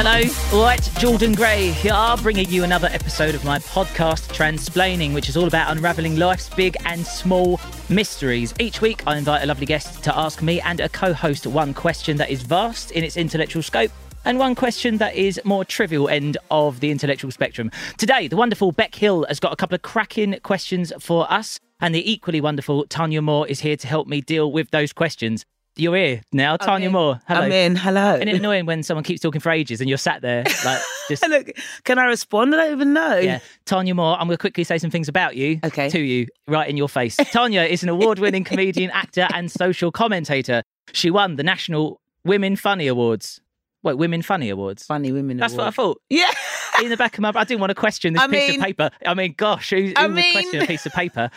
Hello, all right, Jordan Gray here, bringing you another episode of my podcast, Transplaining, which is all about unraveling life's big and small mysteries. Each week, I invite a lovely guest to ask me and a co host one question that is vast in its intellectual scope and one question that is more trivial end of the intellectual spectrum. Today, the wonderful Beck Hill has got a couple of cracking questions for us, and the equally wonderful Tanya Moore is here to help me deal with those questions. You're here now, Tanya in. Moore. Hello. I'm in. Hello. Isn't it annoying when someone keeps talking for ages and you're sat there like just Look, can I respond? I don't even know. yeah. Tanya Moore, I'm going to quickly say some things about you Okay. to you right in your face. Tanya is an award-winning comedian, actor, and social commentator. She won the National Women Funny Awards. Wait, Women Funny Awards. Funny women. That's what I award. thought. Yeah. In the back of my, I didn't want to question this I piece mean- of paper. I mean, gosh, who, who I would mean- question a piece of paper?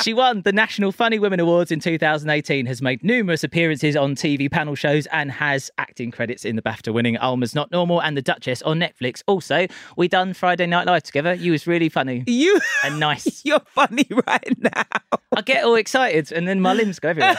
she won the National Funny Women Awards in 2018, has made numerous appearances on TV panel shows, and has acting credits in the BAFTA-winning Alma's Not Normal and The Duchess on Netflix. Also, we done Friday Night Live together. You was really funny You. and nice. You're funny right now. I get all excited, and then my limbs go everywhere.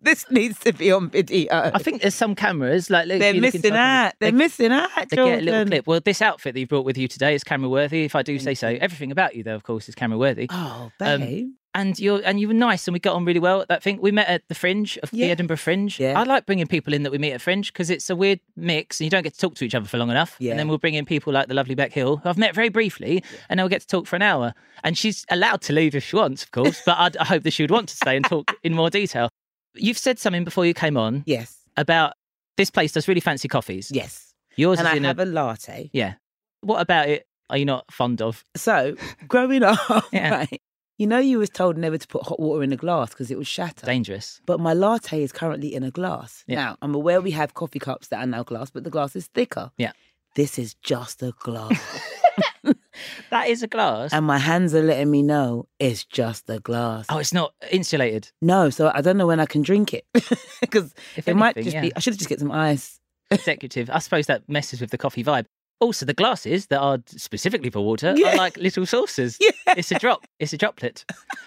This needs to be on video. I think there's some cameras like if They're you look into missing our cameras, out. They're missing out. They get a little Jordan. clip. Well, this outfit that you brought with you today is camera worthy, if I do say so. Everything about you, though, of course, is camera worthy. Oh, Um, babe. and you're and you were nice and we got on really well at that thing. We met at the Fringe of the Yeah. Edinburgh Fringe. Yeah. I like bringing people in that we meet at Fringe because it's a weird mix and you don't get to talk to each other for long enough. Yeah. And then we'll bring in people like the lovely Beck Hill, who I've met very briefly, and then we'll get to talk for an hour. And she's allowed to leave if she wants, of course, but I'd, I hope that she would want to stay and talk in more detail. You've said something before you came on yes. about this place does really fancy coffees. Yes. Yours And is I in have a a latte. yeah. What about it? Are you not fond of? So, growing up, Yeah. right, you know, you was told never to put hot water in a glass because it would shatter. Dangerous. But my latte is currently in a glass. Yeah. Now, I'm aware we have coffee cups that are now glass, but the glass is thicker. Yeah. This is just a glass. That is a glass. and my hands are letting me know it's just a glass. Um, oh, it's not insulated. No, so I don't know when I can drink it because it If might anything, just yeah. be. I should just get some ice. executive. I suppose that messes with the coffee vibe. Also, the glasses that are specifically for water Yeah. are like little saucers. Yeah. It's a drop. It's a droplet.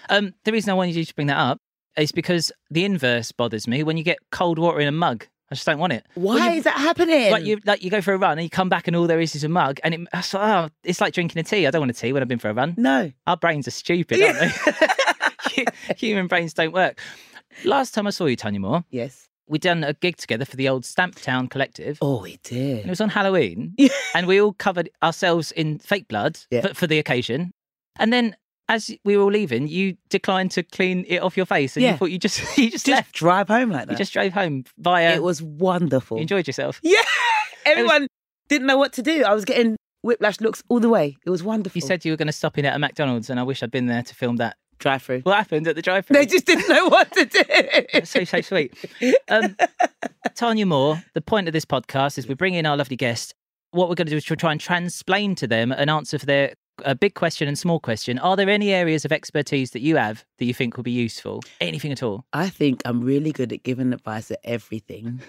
Um, the reason I wanted you to bring that up is because the inverse bothers me. When you get cold water in a mug, I just don't want it. Why Well, you- is that happening? Like you, like you go for a run and you come back and all there is is a mug, and it, it's, like, oh, it's like drinking a tea. I don't want a tea when I've been for a run. no. Our brains are stupid, aren't they? Human brains don't work. Last time I saw you, Tanya Moore, Yes. we'd done a gig together for the old Stamptown Collective. Oh, it And it did. was on Halloween, and we all covered ourselves in fake blood Yeah. for, for the occasion. And then, as we were all leaving, you declined to clean it off your face, and you Yeah. thought you just you just, Just left. drive home like You that. just drove home via. it was wonderful. you enjoyed yourself. yeah. Everyone didn't know what to do. I was getting whiplash looks all the way. It was wonderful. You said you were going to stop in at a McDonald's, and I wish I'd been there to film that. drive through. What happened at the drive-thru? They just didn't know what to do. That's so so sweet. Um, Tanya Moore, the point of this podcast is we bring in our lovely guest. What we're going to do is to try and transplain to them an answer for their uh, big question and small question. Are there any areas of expertise that you have that you think will be useful? Anything at all? I think I'm really good at giving advice at everything.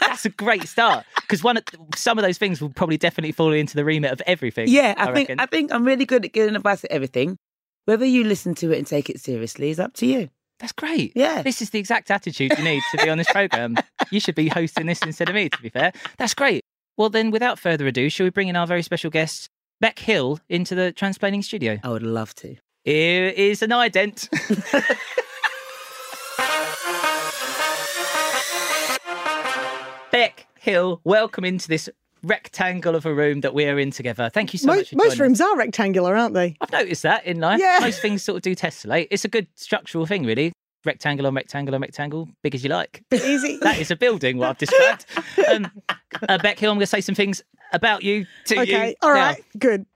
That's a great start because one, of some of those things will probably definitely fall into the remit of everything. Yeah, I, think reckon. I think I'm really good at giving advice at everything. Whether you listen to it and take it seriously is up to you. That's great. Yeah. This is the exact attitude you need to be on this program. You should be hosting this instead of me, to be fair. That's great. Well, then, without further ado, shall we bring in our very special guest, Beck Hill, into the Transplaining Studio? I would love to. Here is an ident. Beck Hill, welcome into this rectangle of a room that we are in together. Thank you so Mo- much. most For joining us. rooms are rectangular, aren't they? I've noticed that in life. Yeah. Most things sort of do tessellate. It's a good structural thing, really. Rectangle on rectangle on rectangle, big as you like. Easy. That is a building, what I've described. Um, uh, Beck Hill, I'm going to say some things about you to you. okay. All now. right. Good.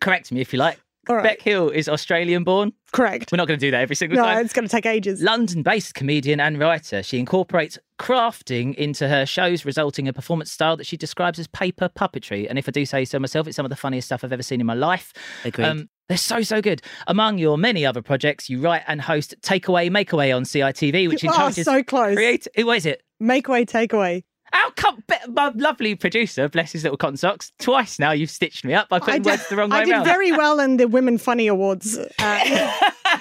correct me if you like. All right. Beck Hill is Australian born. Correct. We're not going to do that every single No, time. it's going to take ages. London based comedian and writer, she incorporates crafting into her shows, resulting in a performance style that she describes as paper puppetry. And if I do say so myself, it's some of the funniest stuff I've ever seen in my life. Um, Agreed. they're so, so good. Among your many other projects, you write and host Takeaway Makeaway on CITV, which oh, encourages so close. create. What is it? Make way, take away. How come Be- my lovely producer, bless his little cotton socks, twice now you've stitched me up. I put I did- words the wrong way I did around. very well in the Women Funny Awards. Uh,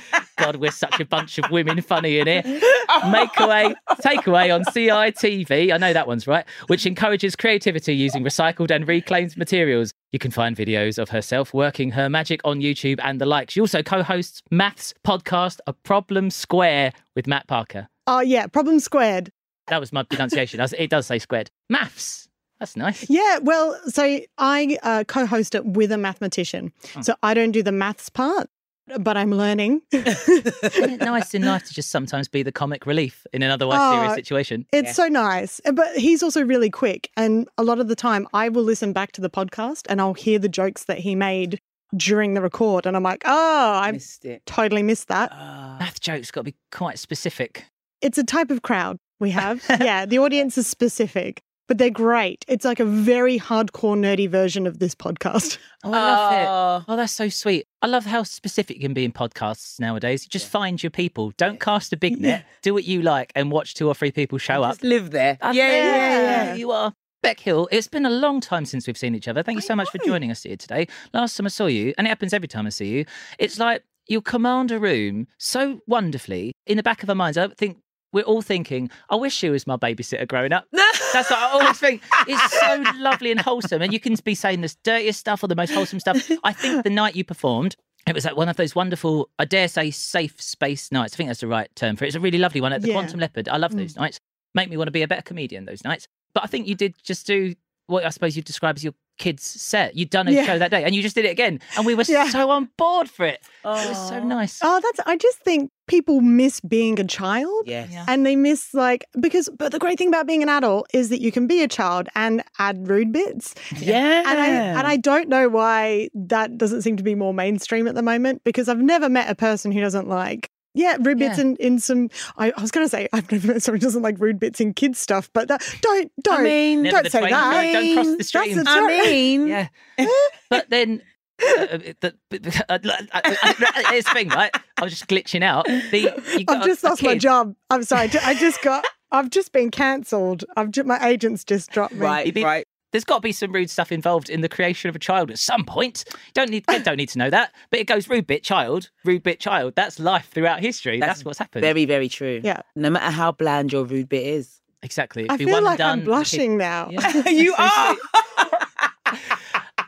God, we're such a bunch of women funny in here. Makeaway, takeaway on CITV. I know that one's right, which encourages creativity using recycled and reclaimed materials. You can find videos of herself working her magic on YouTube and the like. She also co hosts Maths podcast, A Problem Square with Matt Parker. oh, yeah. Problem squared. That was my pronunciation. I was- It does say squared. Maths. That's nice. Yeah, well, so I uh, co host it with a mathematician. Oh. So I don't do the maths part, but I'm learning. Isn't it nice in life to just sometimes be the comic relief in an otherwise serious Oh, situation? It's so nice. Uh, But he's also really quick. And a lot of the time, I will listen back to the podcast and I'll hear the jokes that he made during the record. And I'm like, oh, I missed it. totally missed that. Ah. Math jokes got to be quite specific. It's a type of crowd we have. yeah, the audience is specific, but they're great. It's like a very hardcore, nerdy version of this podcast. Oh, I love it. Ah. Oh, that's so sweet. I love how specific you can be in podcasts nowadays. You just find your people. Don't cast a big net. Do what you like and watch two or three people show up. Just live there. I yeah, think yeah, yeah. there You are. Beck Hill, it's been a long time since we've seen each other. Thank you so much for joining us here today. Last time I saw you, and it happens every time I see you, it's like you command a room so wonderfully in the back of our minds. I think we're all thinking, I wish she was my babysitter growing up. That's what I always think. It's so lovely and wholesome. And you can be saying the dirtiest stuff or the most wholesome stuff. I think the night you performed, it was like one of those wonderful, I dare say, safe space nights. I think that's the right term for it. It's a really lovely one at the Yeah. Mm. Quantum Leopard. I love those nights. Make me want to be a better comedian those nights. But I think you did just do what I suppose you'd describe as your kids' set. You'd done a Yeah. show that day and you just did it again. And we were Yeah. so on board for it. It was so nice. Oh, that's, I just think people miss being a child. Yes. Yeah. And they miss like because but the great thing about being an adult is that you can be a child and add rude bits. Yeah. And I and I don't know why that doesn't seem to be more mainstream at the moment because I've never met a person who doesn't like yeah, rude bits Yeah. in, in some. I, I was going to say I've never met someone who doesn't like rude bits in kids stuff, but that, don't don't I mean, Never don't the say twain that. shall- Don't cross the That's stream. a I mean, Mm. Yeah. but then uh, the, the, uh, this thing, right? I was just glitching out. The, you got I've just a lost my kid. job. I'm sorry. I just got. I've just been cancelled. I've ju- my agents just dropped me. right, Maybe- right. There's got to be some rude stuff involved in the creation of a child at some point. Don't need don't need to know that, but it goes rude bit child, rude bit child. That's life throughout history. That's, That's what's happened. Very, very true. Yeah. No matter how bland your rude bit is. exactly. I It'd be feel one like done, I'm the kid- blushing now. Yeah. you are.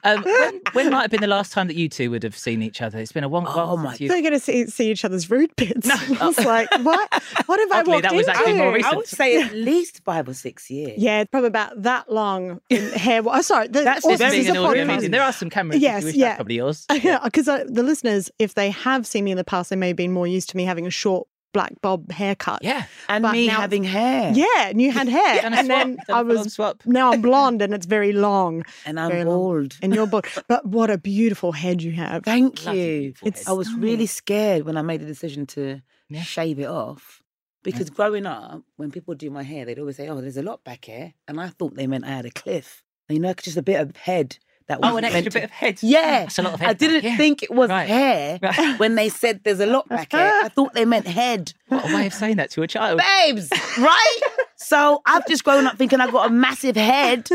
Um, when, when might have been the last time that you two would have seen each other? It's been a long Oh while my since you. they're going to see, see each other's rude bits. I was like, what? What have I Oddly, walked that was into? actually more I recent. would say at least five or six years. Yeah, probably about that long in hair. Oh, sorry, the, That's also, This being This this is an a audio podcast. medium. There are some cameras. Yes, if you wish yeah. That's probably yours. yeah, because the listeners, if they have seen me in the past, they may have been more used to me having a short black bob haircut. Yeah. And But me now- having hair. yeah, and you had hair, Done a and swap, then done a I full-on was swap. now I'm blonde and it's very long, And I'm Very long. bald. and you're bald. but what a beautiful head you have! Thank Bloody you. beautiful It's- head. I was really scared when I made the decision to Yeah. shave it off because growing up, when people do my hair, they'd always say, "Oh, there's a lot back here," and I thought they meant I had a cliff. And you know, just a bit of head that was Oh, an extra bit of head. Yeah, That's a lot of I head back, didn't yeah. think it was Right. hair Right. when they said there's a lot back here. I thought they meant head, What a way of saying that to a child. babes, right? so I've just grown up thinking I got a massive head.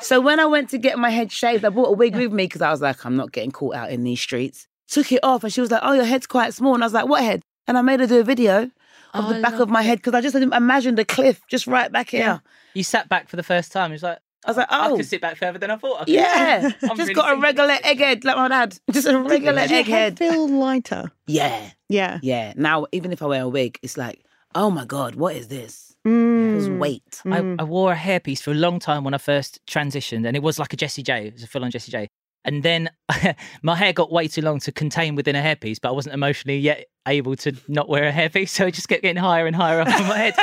So when I went to get my head shaved, I brought a wig with me because I was like, I'm not getting caught out in these streets. Took it off, and she was like, "Oh, your head's quite small," and I was like, "What head?" And I made her do a video of the back of my head because I just imagined a cliff just right back here. You sat back for the first time. It was like, I was like, I "Oh, could sit back further than I thought. I could. yeah, just really got a thinking. regular egghead like my dad, just a regular Did your head egghead." feel lighter? Yeah, Yeah. yeah. Now even if I wear a wig, it's like, "Oh my god, what is this?" It was Mm. weight. Mm. I, I wore a hairpiece for a long time when I first transitioned, and it was like a Jessie J. It was a full on Jessie J. And then my hair got way too long to contain within a hairpiece, but I wasn't emotionally yet able to not wear a hairpiece. So it just kept getting higher and higher up on my head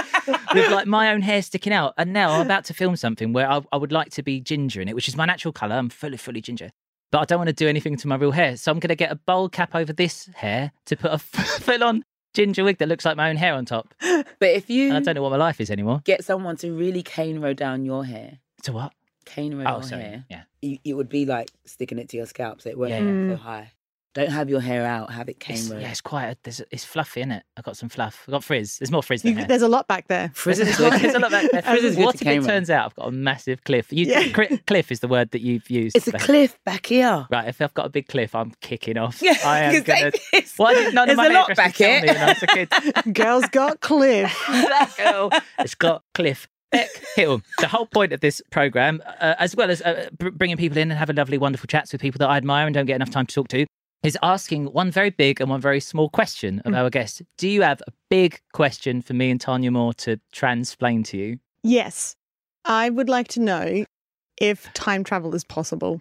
with like my own hair sticking out. And now I'm about to film something where I, I would like to be ginger in it, which is my natural color. I'm fully, fully ginger. but I don't want to do anything to my real hair. So I'm going to get a bowl cap over this hair to put a full on ginger wig that looks like my own hair on top. But if you And I don't know what my life is anymore. get someone to really cane row down your hair, To what? cane row Oh, your sorry. hair, Yeah. you, it would be like sticking it to your scalp, so it won't Yeah, yeah. go high. Don't have your hair out. Have it cane It's, row. yeah, it's quite, a, there's, it's fluffy, in it? I got some fluff. I got frizz. There's more frizz than You, hair. there's a lot back there. Frizz is There's a lot- good. there's a lot back there. Frizz is good What to if it cane row. Um, turns out I've got a massive cliff? You, Yeah. cri- cliff is the word that you've used. It's a for- cliff back here. Right, if I've got a big cliff, I'm kicking off. Yeah, I am 'cause they- gonna. Why did none there's of my a lot hairdressers back tell here. me when I was a kid? Girls got Cliff. That girl, it's got Cliff Beck Hill. The whole point of this program, uh, as well as uh, br- bringing people in and having lovely, wonderful chats with people that I admire and don't get enough time to talk to, is asking one very big and one very small question of our guests. Do you have a big question for me and Tanya Moore to transplain to you? Yes. I would like to know if time travel is possible.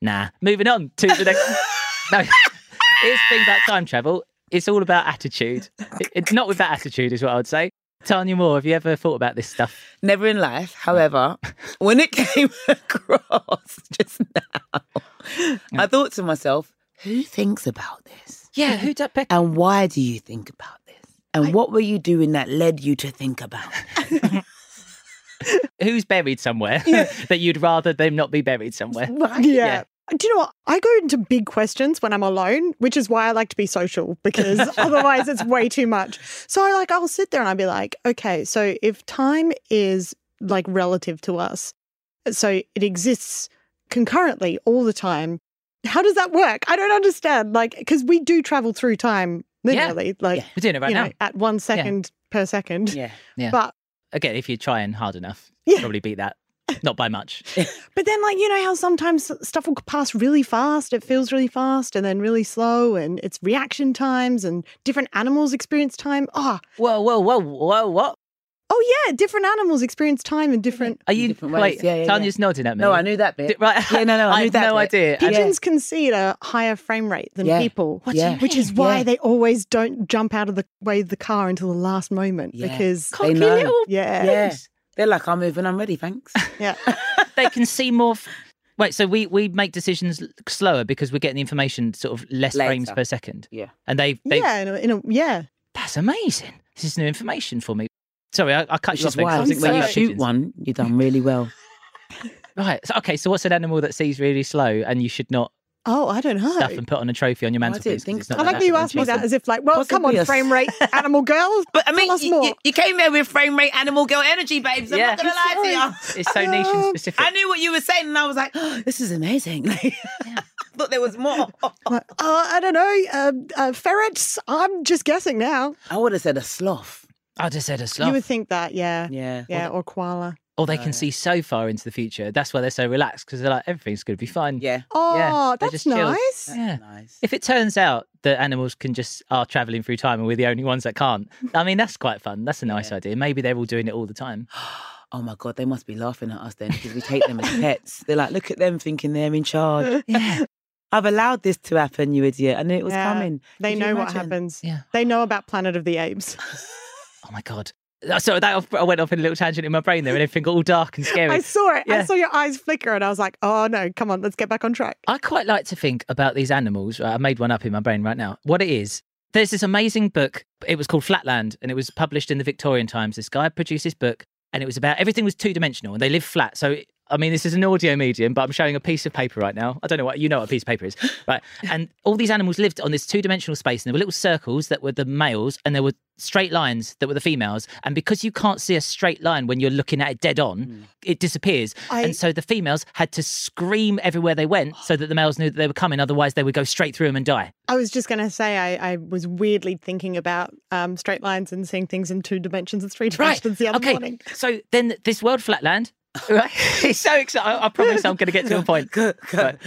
Nah. Moving on to the next. no. Here's the thing about time travel. It's all about attitude. It- It's not with that attitude, is what I would say. Tanya Moore, have you ever thought about this stuff? Never in life. However, when it came across just now, I thought to myself, who thinks about this? Yeah, who does Beck? And why do you think about this? And what were you doing that led you to think about Who's buried somewhere that you'd rather them not be buried somewhere? it? Yeah. Do you know what? I go into big questions when I'm alone, which is why I like to be social because otherwise it's way too much. So I like I'll sit there and I'll be like, okay, so if time is like relative to us, so it exists concurrently all the time. How does that work? I don't understand. Like because we do travel through time linearly, like Yeah. We're doing it right you now. know, at one second per second. Yeah. Yeah. But Again, if you're trying hard enough, Yeah. probably beat that. Not by much. But then, like, you know how sometimes stuff will pass really fast, it feels really fast, and then really slow, and it's reaction times, and different animals experience time. Ah, Whoa, whoa, whoa, whoa, what? oh, yeah, different animals experience time in different. Are you Different ways. wait? Yeah, yeah, yeah. Tanya's nodding at me. No, I knew that bit. Right? Yeah, no, no, I knew had that no bit. idea. And- Pigeons concede a higher frame rate than Mm-hmm. Yeah. people, What do you Yeah. which is why Yeah. they always don't jump out of the way of the car until the last moment Yeah. because, They Cocky know. little yeah, Yeah. They're like, I'm moving, I'm ready, thanks. yeah. they can see more. F- Wait, so we we make decisions l- slower because we're getting the information sort of less frames Later. per second, Yeah. and they they yeah, in a, in a, yeah. that's amazing. This is new information for me. Sorry, I, I cut Which you off. is there 'cause why I I was think thinking when you about shoot pigeons. one, you've done really well. right? So, okay, so what's an animal that sees really slow and you should not Oh, I don't know. stuff and put on a trophy on your Oh, I didn't mantelpiece? 'cause think it's so. not I that like that you natural asked me and that cheesy? as if, like, well, come Possibly on, a- frame rate, animal girl. But I mean, Tell us you, more. you- you came there with frame rate, animal girl energy, babes. I'm Yeah. not going to lie to you. It's so nation Um, specific. I knew what you were saying, and I was like, oh, "This is amazing." Like, I thought there was more. Like, uh, I don't know. Uh, uh, ferrets. I'm just guessing now. I would have said a sloth. I just said a You sloth. would think that, yeah, Yeah, yeah, or koala. Or they Oh, yeah. can see so far into the future. That's why they're so relaxed because they're like everything's going to be fine. yeah. Oh, Yeah, they're just that's chilled. nice. Yeah. nice. If it turns out that animals can just are traveling through time and we're the only ones that can't, I mean that's quite fun. That's a nice Yeah. idea. Maybe they're all doing it all the time. Oh my god, they must be laughing at us then because we take them as pets. They're like, "Look at them, thinking they're in charge." Yeah, I've allowed this to happen, you idiot. I knew it was Yeah. coming. They Could you know what imagine? happens. yeah. They know about Planet of the Apes. Oh my god. So that off, I went off in a little tangent in my brain there, and everything got all dark and scary. I saw it. Yeah. I saw your eyes flicker, and I was like, "Oh no, come on, let's get back on track." I quite like to think about these animals. right? I made one up in my brain right now. What it is, there's this amazing book. It was called Flatland and it was published in the Victorian times. This guy produced this book and it was about everything was two dimensional and they live flat. So, I mean, this is an audio medium, but I'm showing a piece of paper right now. I don't know what you know what a piece of paper is, right? And all these animals lived on this two dimensional space and there were little circles that were the males and there were straight lines that were the females. And because you can't see a straight line when you're looking at it dead on, it disappears. I- And so the females had to scream everywhere they went so that the males knew that they were coming. Otherwise, they would go straight through them and die. I was just gonna say, I, I was weirdly thinking about um, straight lines and seeing things in two dimensions and three dimensions the other okay. morning. So then this world flatland. Right. it's so exciting. I, I promise I'm going to get to a point. Good, good.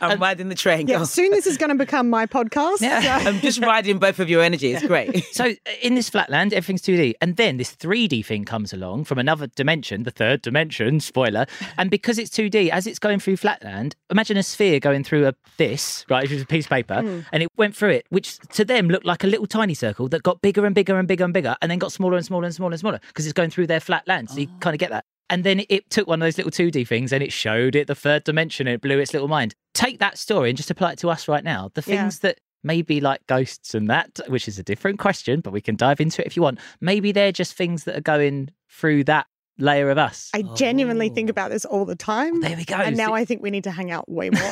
I'm And- riding the train. Yeah, girl. soon this is gonna become my podcast. Yeah. so- I'm just riding both of your energy. It's great. So uh, in this flatland, everything's 2D. And then this 3D thing comes along from another dimension, the third dimension, spoiler. And because it's 2D, as it's going through flatland, imagine a sphere going through a this, right, which is a piece of paper, and it went through it, which to them looked like a little tiny circle that got bigger and bigger and bigger and bigger, and then got smaller and smaller and smaller and smaller because it's going through their flat land. So you kind of get that. And then it took one of those little 2D things and it showed it the third dimension and it blew its little mind. Take that story and just apply it to us right now. The Yeah. things that maybe like ghosts and that, which is a different question, but we can dive into it if you want. Maybe they're just things that are going through that layer of us. I genuinely Oh. think about this all the time. There we go. and now See- I think we need to hang out way more.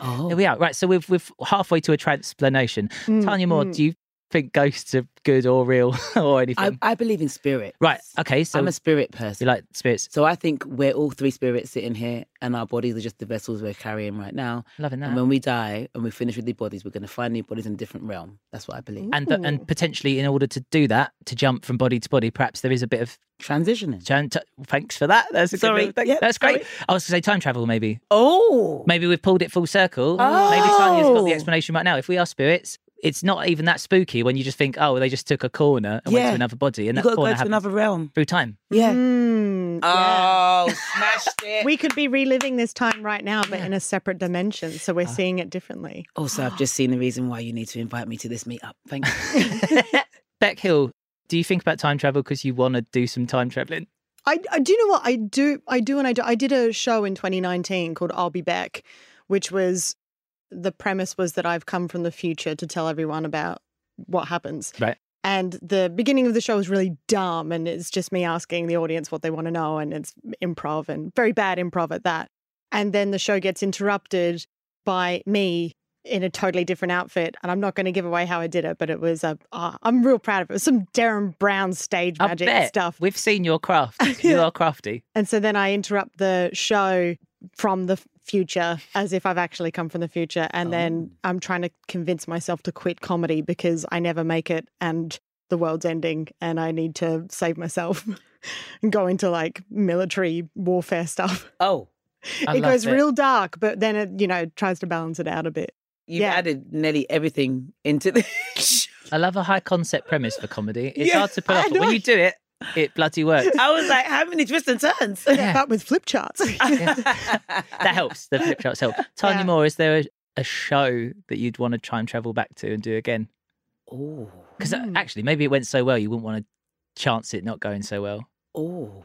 Oh. There we are. Right. So we've we've halfway to a transplanation. Mm, Tanya Moore, mm. do you think ghosts are good or real or anything? I, I believe in spirit. right. Okay. So I'm a spirit you person. like spirits? so I think we're all three spirits sitting here, and our bodies are just the vessels we're carrying right now. Loving that. And when we die and we finish with the bodies, we're going to find new bodies in a different realm. That's what I believe. and th- and potentially in order to do that to jump from body to body perhaps there is a bit of Transitioning. chan- t- thanks for that that's a good Sorry. little thing. Yeah, that's great i was going to say time travel maybe Oh. maybe we've pulled it full circle maybe tanya's got the Oh. explanation right now if we are spirits it's not even that spooky when you just think oh they just took a corner and went Yeah. to another body and that you got to corner go to happened another realm. through time Yeah. Mm, yeah. Oh, smashed it. We could be reliving this time right now, but Yeah. Uh, in a separate dimension. So we're seeing it differently. also, I've just seen the reason why you need to invite me to this meetup. Thank you. beck hill do you think about time travel because you want to do some time traveling I, I do you know what I do. I do, and I do. I did a show in 2019 called "I'll Be Back," which was the premise was that I've come from the future to tell everyone about what happens. Right. And the beginning of the show is really dumb, and it's just me asking the audience what they want to know, and it's improv and very bad improv at that. And then the show gets interrupted by me in a totally different outfit, and I'm not going to give away how I did it, but it was a. ah, I'm real proud of it. It was some Darren Brown stage I magic bet stuff. we've seen your craft you Yeah. are crafty And so then I interrupt the show from the f- future as if I've actually come from the future. Oh. And then I'm trying to convince myself to quit comedy because I never make it and the world's ending and I need to save myself and go into like military warfare stuff. Oh, I it love goes real dark, but then it, you know, tries to balance it out a bit. you've Yeah. added nearly everything into this. I love a high concept premise for comedy. It's Yeah, hard to pull I off, but when know. you do it, it bloody works. I was like, how many twists and turns? Yeah. But with flip charts. That helps. The flip charts help. Tanya Yeah. Moore, is there a, a show that you'd want to try and travel back to and do again? Oh, Because Mm. uh, actually, maybe it went so well, you wouldn't want to chance it not going so well. oh.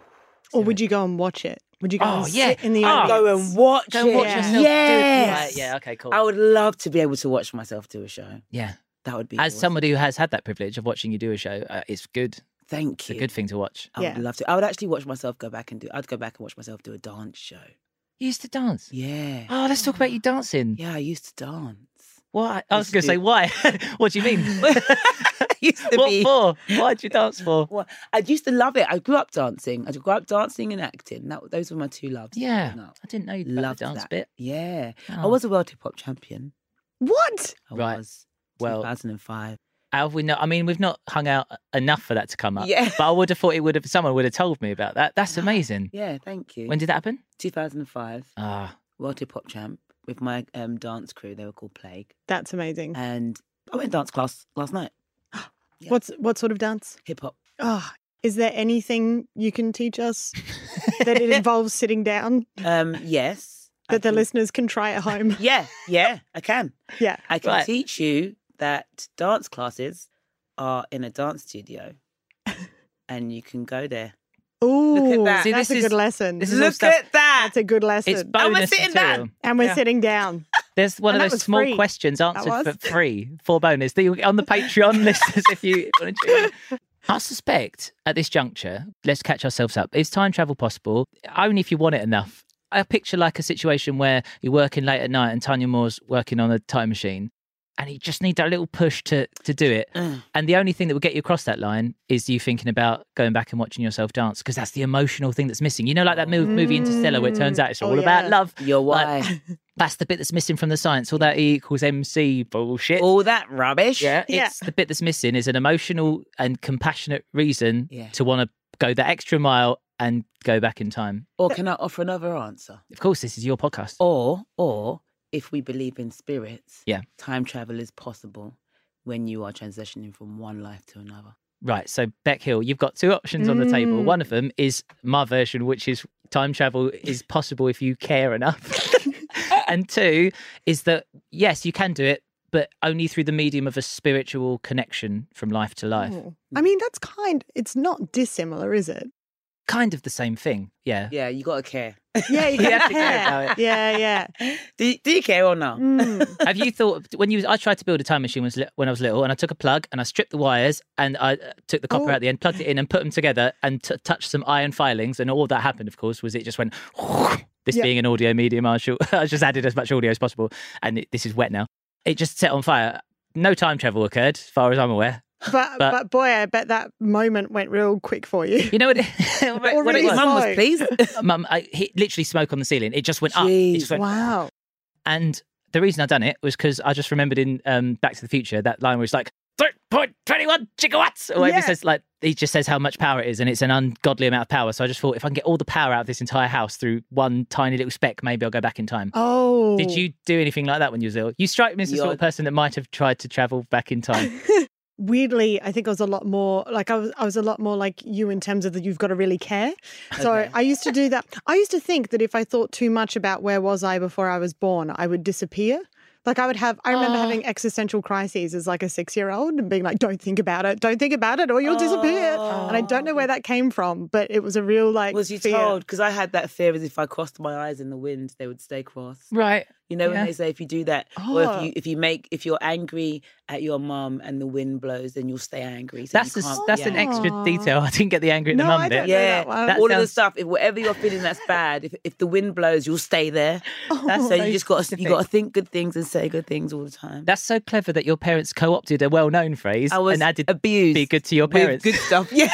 or would you go and watch it? Would you go Oh, and yeah. sit in the Oh, audience? Go and watch Go and watch Yeah. yourself. do it. Yes. Right, yeah. Okay. Cool. I would love to be able to watch myself do a show. yeah. That would be As awesome. somebody who has had that privilege of watching you do a show, uh, it's good. Thank It's a you. good thing to watch. I Yeah. would love to. I would actually watch myself go back and do. I'd go back and watch myself do a dance show. You used to dance. Yeah. Mm. Oh, let's talk about you dancing. Yeah, I used to dance. Why? I was Used going to to. say why. what do you mean? I used to what be. for? Why'd you dance for? Well, I used to love it. I grew up dancing. I grew up dancing and acting. That those were my two loves. Yeah. growing up. I didn't know you loved Loved the dance that. bit. Yeah. I Oh. was a world hip hop champion. What? I Right. was. Well- 2005. Ah. How have we not? I mean, we've not hung out enough for that to come up. Yeah. But I would have thought it would have. Someone would have told me about that. That's I know. amazing. Yeah, thank you. When did that happen? 2005, Ah, World Hip Hop Champ with my um, dance crew. They were called Plague, That's amazing. Mm. and I went dance class last night. Uh, yeah. What's what sort of dance? Hip hop. Oh, is there anything you can teach us that it involves sitting down Um, yes. I that the can- listeners can try at home? Yeah, yeah, I can. Yeah. I can Right. teach you that dance classes are in a dance studio, and you can go there. Ooh, at that. See, that's this a good is- lesson. this is all stuff- that. that's a good lesson. it's I was bonus sitting down. material. and we're yeah. sitting down. There's one And of that those was small free. questions answered for was. free for bonus that you'll get on the Patreon listeners if you want to. join. I suspect at this juncture, let's catch ourselves up. Is time travel possible? Only if you want it enough. I picture like a situation where you're working late at night and Tanya Moore's working on a time machine and you just need that little push to, to do it. Mm. And the only thing that will get you across that line is you thinking about going back and watching yourself dance because that's the emotional thing that's missing. You know, like that mov- movie Interstellar where it turns out it's Mm. Oh, all about yeah. love. Your Like- wife. That's the bit that's missing from the science. All that E equals MC bullshit. All that rubbish. yeah, Yeah. it's the bit that's missing is an emotional and compassionate reason Yeah. to want to go the extra mile and go back in time. Or can I offer another answer? Of course, this is your podcast. Or, or if we believe in spirits, Yeah. time travel is possible when you are transitioning from one life to another. Right. So, Beck Hill, you've got two options on the table. Mm. One of them is my version, which is time travel is possible if you care enough. and two is that, yes, you can do it, but only through the medium of a Mm. Oh, spiritual connection from life to life. Ooh. I mean, that's kind. It's not dissimilar, is it? kind of the same thing. Yeah. Yeah, you gotta care. Yeah, you You have to gotta care care. about Yeah, yeah. Do you, do you care or Oh. not? Mm. Have you thought when you? I tried to build a time machine when I was li- when I was little, and I took a plug and I stripped the wires and I uh, took the copper Oh. out at the end, plugged it in, and put them together, and t- touched some iron filings, and all that happened, of course, was it just went. This Yeah. being an audio medium, I, shall, I just added as much audio as possible, and it, this is wet now. It just set on fire. No time travel occurred, as far as I'm aware. But, But- but boy, I bet that moment went real quick for you. You know what? It, Or what it really was? Mum was Sorry. pleased. Mum, I hit literally smoke on the ceiling. It just went up. It just Jeez, went, Wow. And the reason I done it was because I just remembered in um, Back to the Future that line where he's like, 3.21 gigawatts. Or whatever he Yeah. says, like, he just says how much power it is, and it's an ungodly amount of power. So I just thought, if I can get all the power out of this entire house through one tiny little speck, maybe I'll go back in time. Oh. Did you do anything like that when you was ill? You strike me as the sort Yeah. of person that might have tried to travel back in time. Weirdly, I think I was a lot more like I was. I was a lot more like you in terms of that you've got to really care. So Okay. I used to do that. I used to think that if I thought too much about where was I before I was born, I would disappear. Like I would have. I remember Oh. having existential crises as like a six-year-old and being like, "Don't think about it. Don't think about it, or you'll disappear." And I don't know where that came from, but it was a real like. Oh. Was you fear. told? Because I had that fear as if I crossed my eyes in the wind, they would stay crossed. right. You know, when Yeah. they say if you do that, or Oh. if you if you make if you're angry at your mum and the wind blows, then you'll stay angry. So That's, you a, can't, that's yeah. an extra Aw. detail. I didn't get the angry at the No, I mum don't bit. know Yeah, that one. That all of the sounds- stuff. If whatever you're feeling that's bad, if if the wind blows, you'll stay there. That's so so you just got to you Oh, specific. got to think good things and say good things all the time. That's so clever that your parents co-opted a well-known phrase I was and added abused. be good to your with parents. good stuff. Yeah,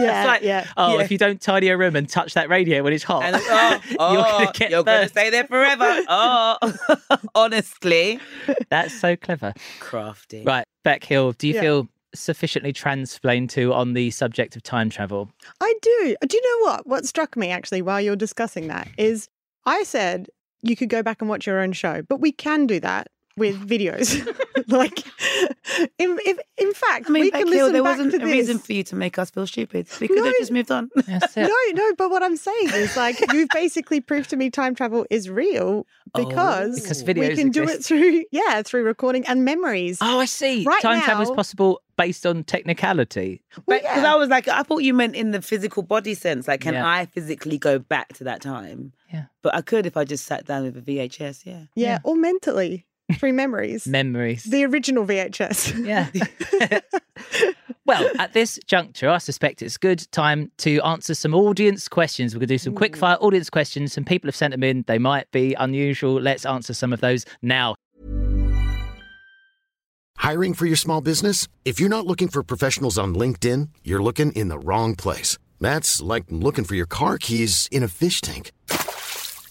Yeah, It's like, yeah. uh, Oh, Yeah. if you don't tidy a room and touch that radio when it's hot, And oh, you're oh, gonna get you're gonna burnt. stay there forever. Oh, honestly, That's so clever. crafty. Right, Beck Hill, do you Yeah. feel sufficiently transplained to on the subject of time travel? I do. Do you know what? What struck me actually while you're discussing that is I said you could go back and watch your own show, but we can do that with videos. like, in, if, in fact, I mean, we Beck can Hill, listen there back wasn't to a this. reason for you to make us feel stupid. We could No. have just moved on. That's it. no, no, but what I'm saying is like you've basically proved to me time travel is real Oh, because, because we videos can do it exist. through yeah, through recording and memories. Ah, Oh, I see. Right time travel is now- possible based on technicality. Well, Because yeah. I was like, I thought you meant in the physical body sense. Like, can Yeah. I physically go back to that time? Yeah. But I could if I just sat down with a VHS. Yeah. yeah, yeah. or mentally through memories. Memories. the original VHS. Yeah. well, at this juncture, I suspect it's good time to answer some audience questions. We're going to do some quick fire audience questions. Some people have sent them in. They might be unusual. Let's answer some of those now. Hiring for your small business? If you're not looking for professionals on LinkedIn, you're looking in the wrong place. That's like looking for your car keys in a fish tank.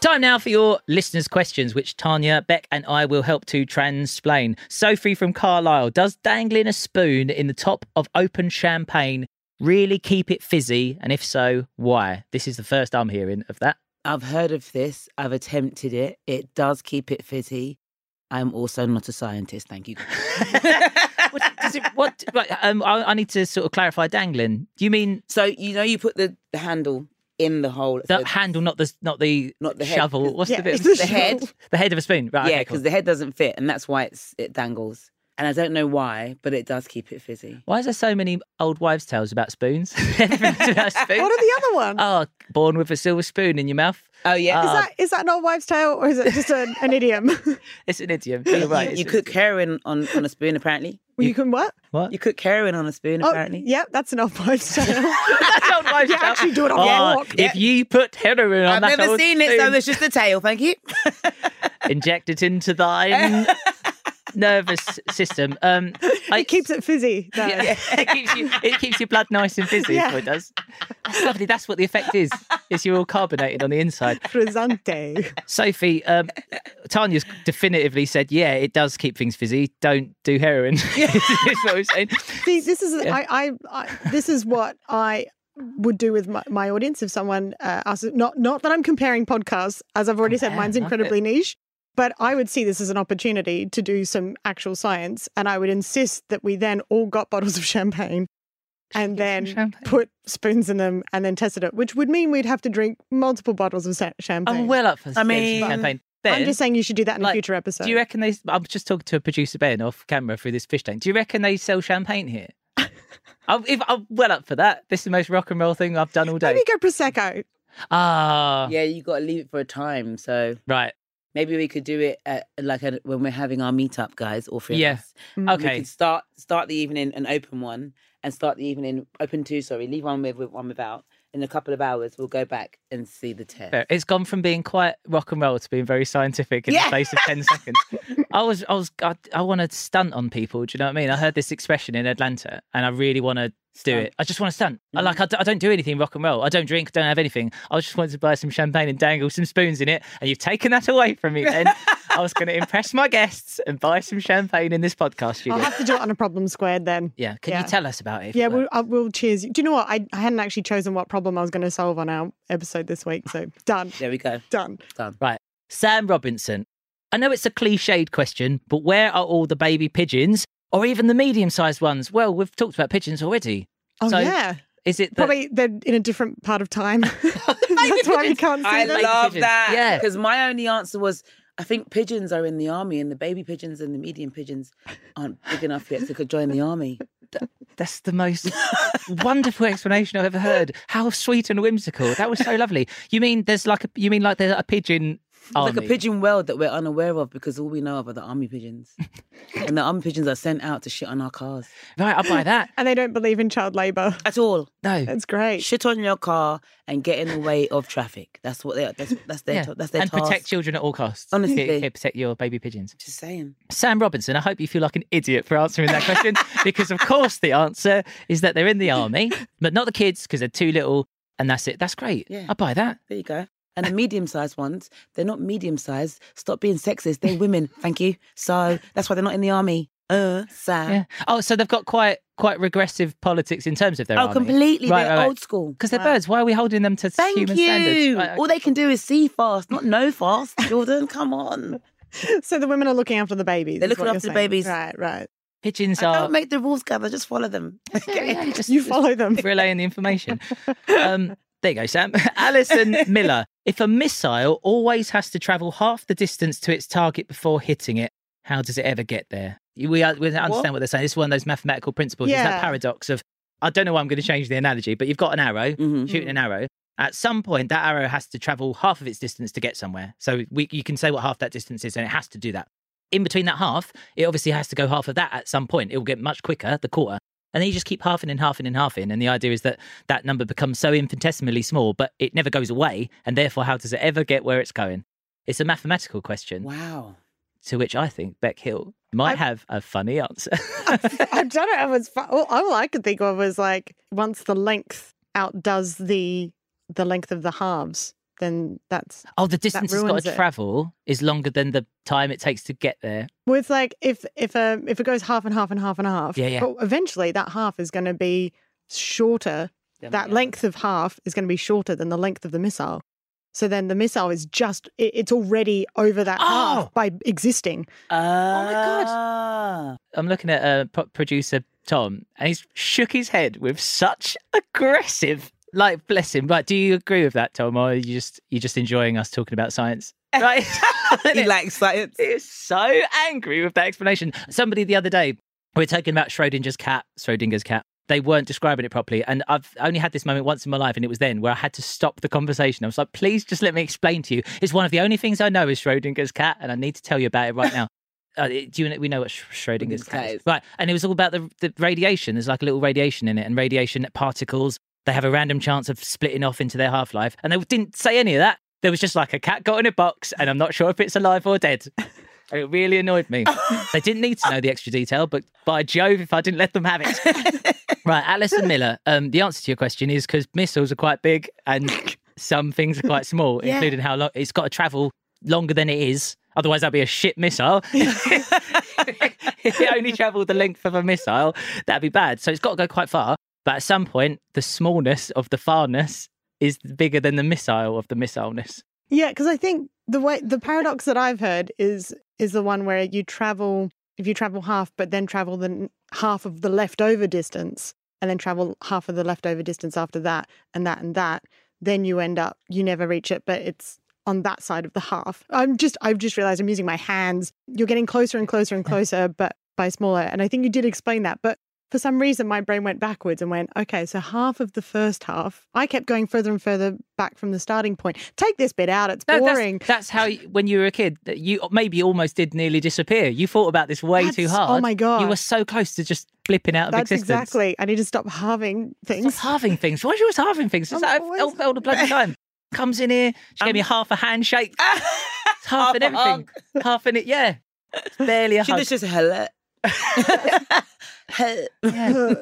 Time now for your listeners' questions, which Tanya, Beck, and I will help to transplain. Sophie from Carlisle Does dangling a spoon in the top of open champagne really keep it fizzy? And if so, why? This is the first I'm hearing of that. I've heard of this. I've attempted it. It does keep it fizzy. I'm also not a scientist. Thank you. What does it? What? Right, um, I, I need to sort of clarify. Dangling. Do you mean so you know, you put the, the handle in the hole. the so handle, not the not the Not the head, shovel? 'cause- What's yeah, the bit? it's of- the the head. The head of a spoon. Right. Yeah, okay, because cool. the head doesn't fit, and that's why it's it dangles. And I don't know why, but it does keep it fizzy. Why is there so many old wives' tales about spoons? Everything's about spoons. What are the other ones? Oh, born with a silver spoon in your mouth. Oh yeah, Ah, Is that is that an old wives' tale or is it just an, an idiom? It's an idiom. You're right. you it's- cook heroin on on a spoon apparently. Well, you can what? Oh, What? You cook heroin on a spoon, apparently. yeah, that's an old lifestyle. That's old lifestyle. actually do it on Ah, the walk. If you put heroin on I've that never old seen it, so spoon, it's just a tail. Thank you. inject it into thine nervous system. Um, I, it keeps it fizzy. Though. it keeps you. It keeps your blood nice and fizzy. is what It does. That's lovely. That's what the effect is. Is you're all carbonated on the inside. Frizzante. Sophie, um, Tanya's definitively said, yeah, it does keep things fizzy. Don't do heroin. is what I'm saying. See, this is I, I, I this is what I would do with my, my audience if someone uh, asks. Not not that I'm comparing podcasts, as I've already said, Compare, mine's love it. incredibly niche. But I would see this as an opportunity to do some actual science, and I would insist that we then all got bottles of champagne Get some and then champagne. put spoons in them and then tested it, which would mean we'd have to drink multiple bottles of sa- champagne. I'm Oh, well up for I getting some mean, champagne. I'm Then- just saying you should do that in like, a future episode. Do you reckon they? I'm just talking to a producer Ben off camera through this fish tank. Do you reckon they sell champagne here? I'm, if, I'm well up for that. This is the most rock and roll thing I've done all day. Maybe go prosecco. Ah, Yeah, you got to leave it for a time. So right. maybe we could do it at, like at, when we're having our meetup, guys, all three Yeah. of us. Mm, We Okay. could start start the evening and open one, and start the evening open two. Sorry, leave one with, with one without. In a couple of hours, we'll go back and see the test. Fair. It's gone from being quite rock and roll to being very scientific in the Yeah. space of ten seconds. I was, I was, I, I want to stunt on people. Do you know what I mean? I heard this expression in Atlanta, and I really want to do Stunt. Mm. it. I just want to stunt. I like, I, d- I don't do anything rock and roll. I don't drink. I don't have anything. I just wanted to buy some champagne and dangle some spoons in it, and you've taken that away from me. Then I was going to impress my guests and buy some champagne in this podcast I'll studio. Uh-huh. have to do it on a problem squared then. yeah, can yeah. you tell us about it? if you Yeah, like? we'll, I, we'll cheers you. Do you know what? I, I hadn't actually chosen what problem I was going to solve on our episode this week. So done, There we go. done. Done. Right. Sam Robinson. I know it's a cliched question, but where are all the baby pigeons or even the medium sized ones? Well, we've talked about pigeons already. Oh So, yeah, Is it that probably they're in a different part of time. That's why we can't see I them. love pigeons. that. Yeah. Because my only answer was I think pigeons are in the army and the baby pigeons and the medium pigeons aren't big enough yet to could join the army. that's the most wonderful explanation I've ever heard? How sweet and whimsical. That was so lovely. You mean there's like a you mean like there's a pigeon army? Like a pigeon world that we're unaware of because all we know of are the army pigeons. and the army pigeons are sent out to shit on our cars. Right, I'll buy that. and they don't believe in child labour. At all. No. That's great. Shit on your car and get in the way of traffic. That's what they are. That's, that's their, Yeah. ta- that's their and task. protect children at all costs. Honestly. Here- here, protect your baby pigeons. Just saying. Sam Robinson, I hope you feel like an idiot for answering that question because, of course, the answer is that they're in the army, but not the kids because they're too little, and that's it. That's great. Yeah. I buy that. There you go. And the medium sized ones, they're not medium sized. Stop being sexist. They're women. Thank you. So that's why they're not in the army. Uh, sad. Yeah. Oh, so they've got quite quite regressive politics in terms of their Oh, completely. Right, They're right, right. old school. because they're birds. Why are we holding them to Thank human you. standards? Right, All they can do is see fast, not know fast. Jordan, come on. So the women are looking after the babies. They're is looking what you're after the saying. babies. Right, right. pigeons I are don't make the rules, gather. Just follow them. Okay. just You follow them. relaying the information. Um, there you go, Sam. Alison Miller. If a missile always has to travel half the distance to its target before hitting it, how does it ever get there? You- We, are- we understand what? they're saying. This is one of those mathematical principles. It's that Yeah. paradox of, I don't know why I'm going to change the analogy, but you've got an arrow, Mhm. shooting Mm. an arrow. At some point, that arrow has to travel half of its distance to get somewhere. So we, you can say what half that distance is, and it has to do that. In between that half, it obviously has to go half of that at some point. It will get much quicker, the quarter. And then you just keep halving and halving and halving. And the idea is that that number becomes so infinitesimally small, but it never goes away. And therefore, how does it ever get where it's going? It's a mathematical question Wow. to which I think Beck Hill might have a funny answer. I don't know. It was fu- all, all I could think of was like once the length outdoes the the length of the halves, then that's oh, the distance it's got ruins to it. travel is longer than the time it takes to get there. Well, it's like if if um if it goes half and half and half and half, Yeah, yeah. But eventually, that half is going to be shorter. that length of half is going to be shorter than the length of the missile. So then the missile is just it, it's already over that Oh! half by existing. oh my God. Ah. I'm looking at uh, pro- producer Tom, and he's shook his head with such aggressive, like bless him. Right? Do you agree with that, Tom, or are you just you just enjoying us talking about science? Right? He likes science. He is so angry with that explanation. Somebody the other day, we were talking about Schrodinger's cat, Schrodinger's cat. They weren't describing it properly. And I've only had this moment once in my life, and it was then where I had to stop the conversation. I was like, please just let me explain to you. It's one of the only things I know is Schrodinger's cat, and I need to tell you about it right now. Uh, it- do you, kn- we know what Sch- Schrodinger's cat cat is. is. Right. And it was all about the, the radiation. There's like a little radiation in it, and radiation particles, they have a random chance of splitting off into their half life. And they didn't say any of that. There was just like a cat got in a box, and I'm not sure if it's alive or dead. And it really annoyed me. they didn't need to know the extra detail, but by Jove, if I didn't let them have it. Right, Alison Miller. Um, the answer to your question is because missiles are quite big and some things are quite small, Yeah. including how long it's got to travel longer than it is. Otherwise, that'd be a shit missile. if it only travelled the length of a missile, that'd be bad. So it's got to go quite far. But at some point, the smallness of the farness is bigger than the missile of the missileness. Yeah, because I think the way the paradox that I've heard is is the one where you travel if you travel half, but then travel the n- half of the leftover distance, and then travel half of the leftover distance after that, and that and that, then you end up you never reach it, but it's on that side of the half. I'm just I've just realized I'm using my hands. You're getting closer and closer and closer, but by smaller. And I think you did explain that, but for some reason my brain went backwards and went okay so half of the first half i kept going further and further back from the starting point take this bit out it's No, that's- boring That's, how you, when you were a kid, that you maybe almost did nearly disappear. You thought about this way too That's- hard. oh my God. You were so close to just flipping out of that's existence. exactly i need to stop halving Stop things halving things. Why is you always halving things? It's I'm like always- all, all the bloody time. Comes in here, she gave me half a handshake, It's half in a everything, half in it. Yeah, It's barely a She hug. was just hello. Yeah.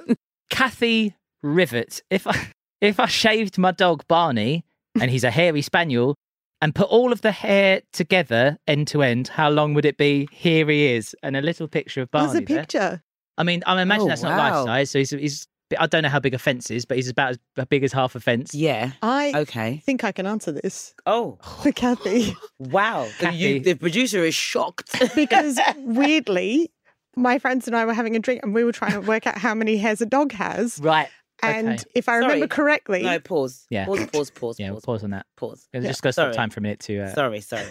Kathy Rivet. If I if I shaved my dog Barney and he's a hairy spaniel and put all of the hair together end to end, how long would it be? Here he is, and a little picture of Barney. there's a there. picture I mean, I imagine Oh, that's not life wow. size, so he's he's. I don't know how big a fence is, but he's about as as big as half a fence. yeah. i Okay. think i can answer this Oh for kathy wow! The, Kathy. you, the producer is shocked. because weirdly my friends and i were having a drink and we were trying to work out how many hairs a dog has Right. and okay. if i remember Sorry. correctly no, pause. Yeah. Pause. Pause. Pause. Yeah, we'll pause. pause on that. Pause. We're Yeah, just going to stop sorry. time for a minute to. Uh, Sorry. Sorry.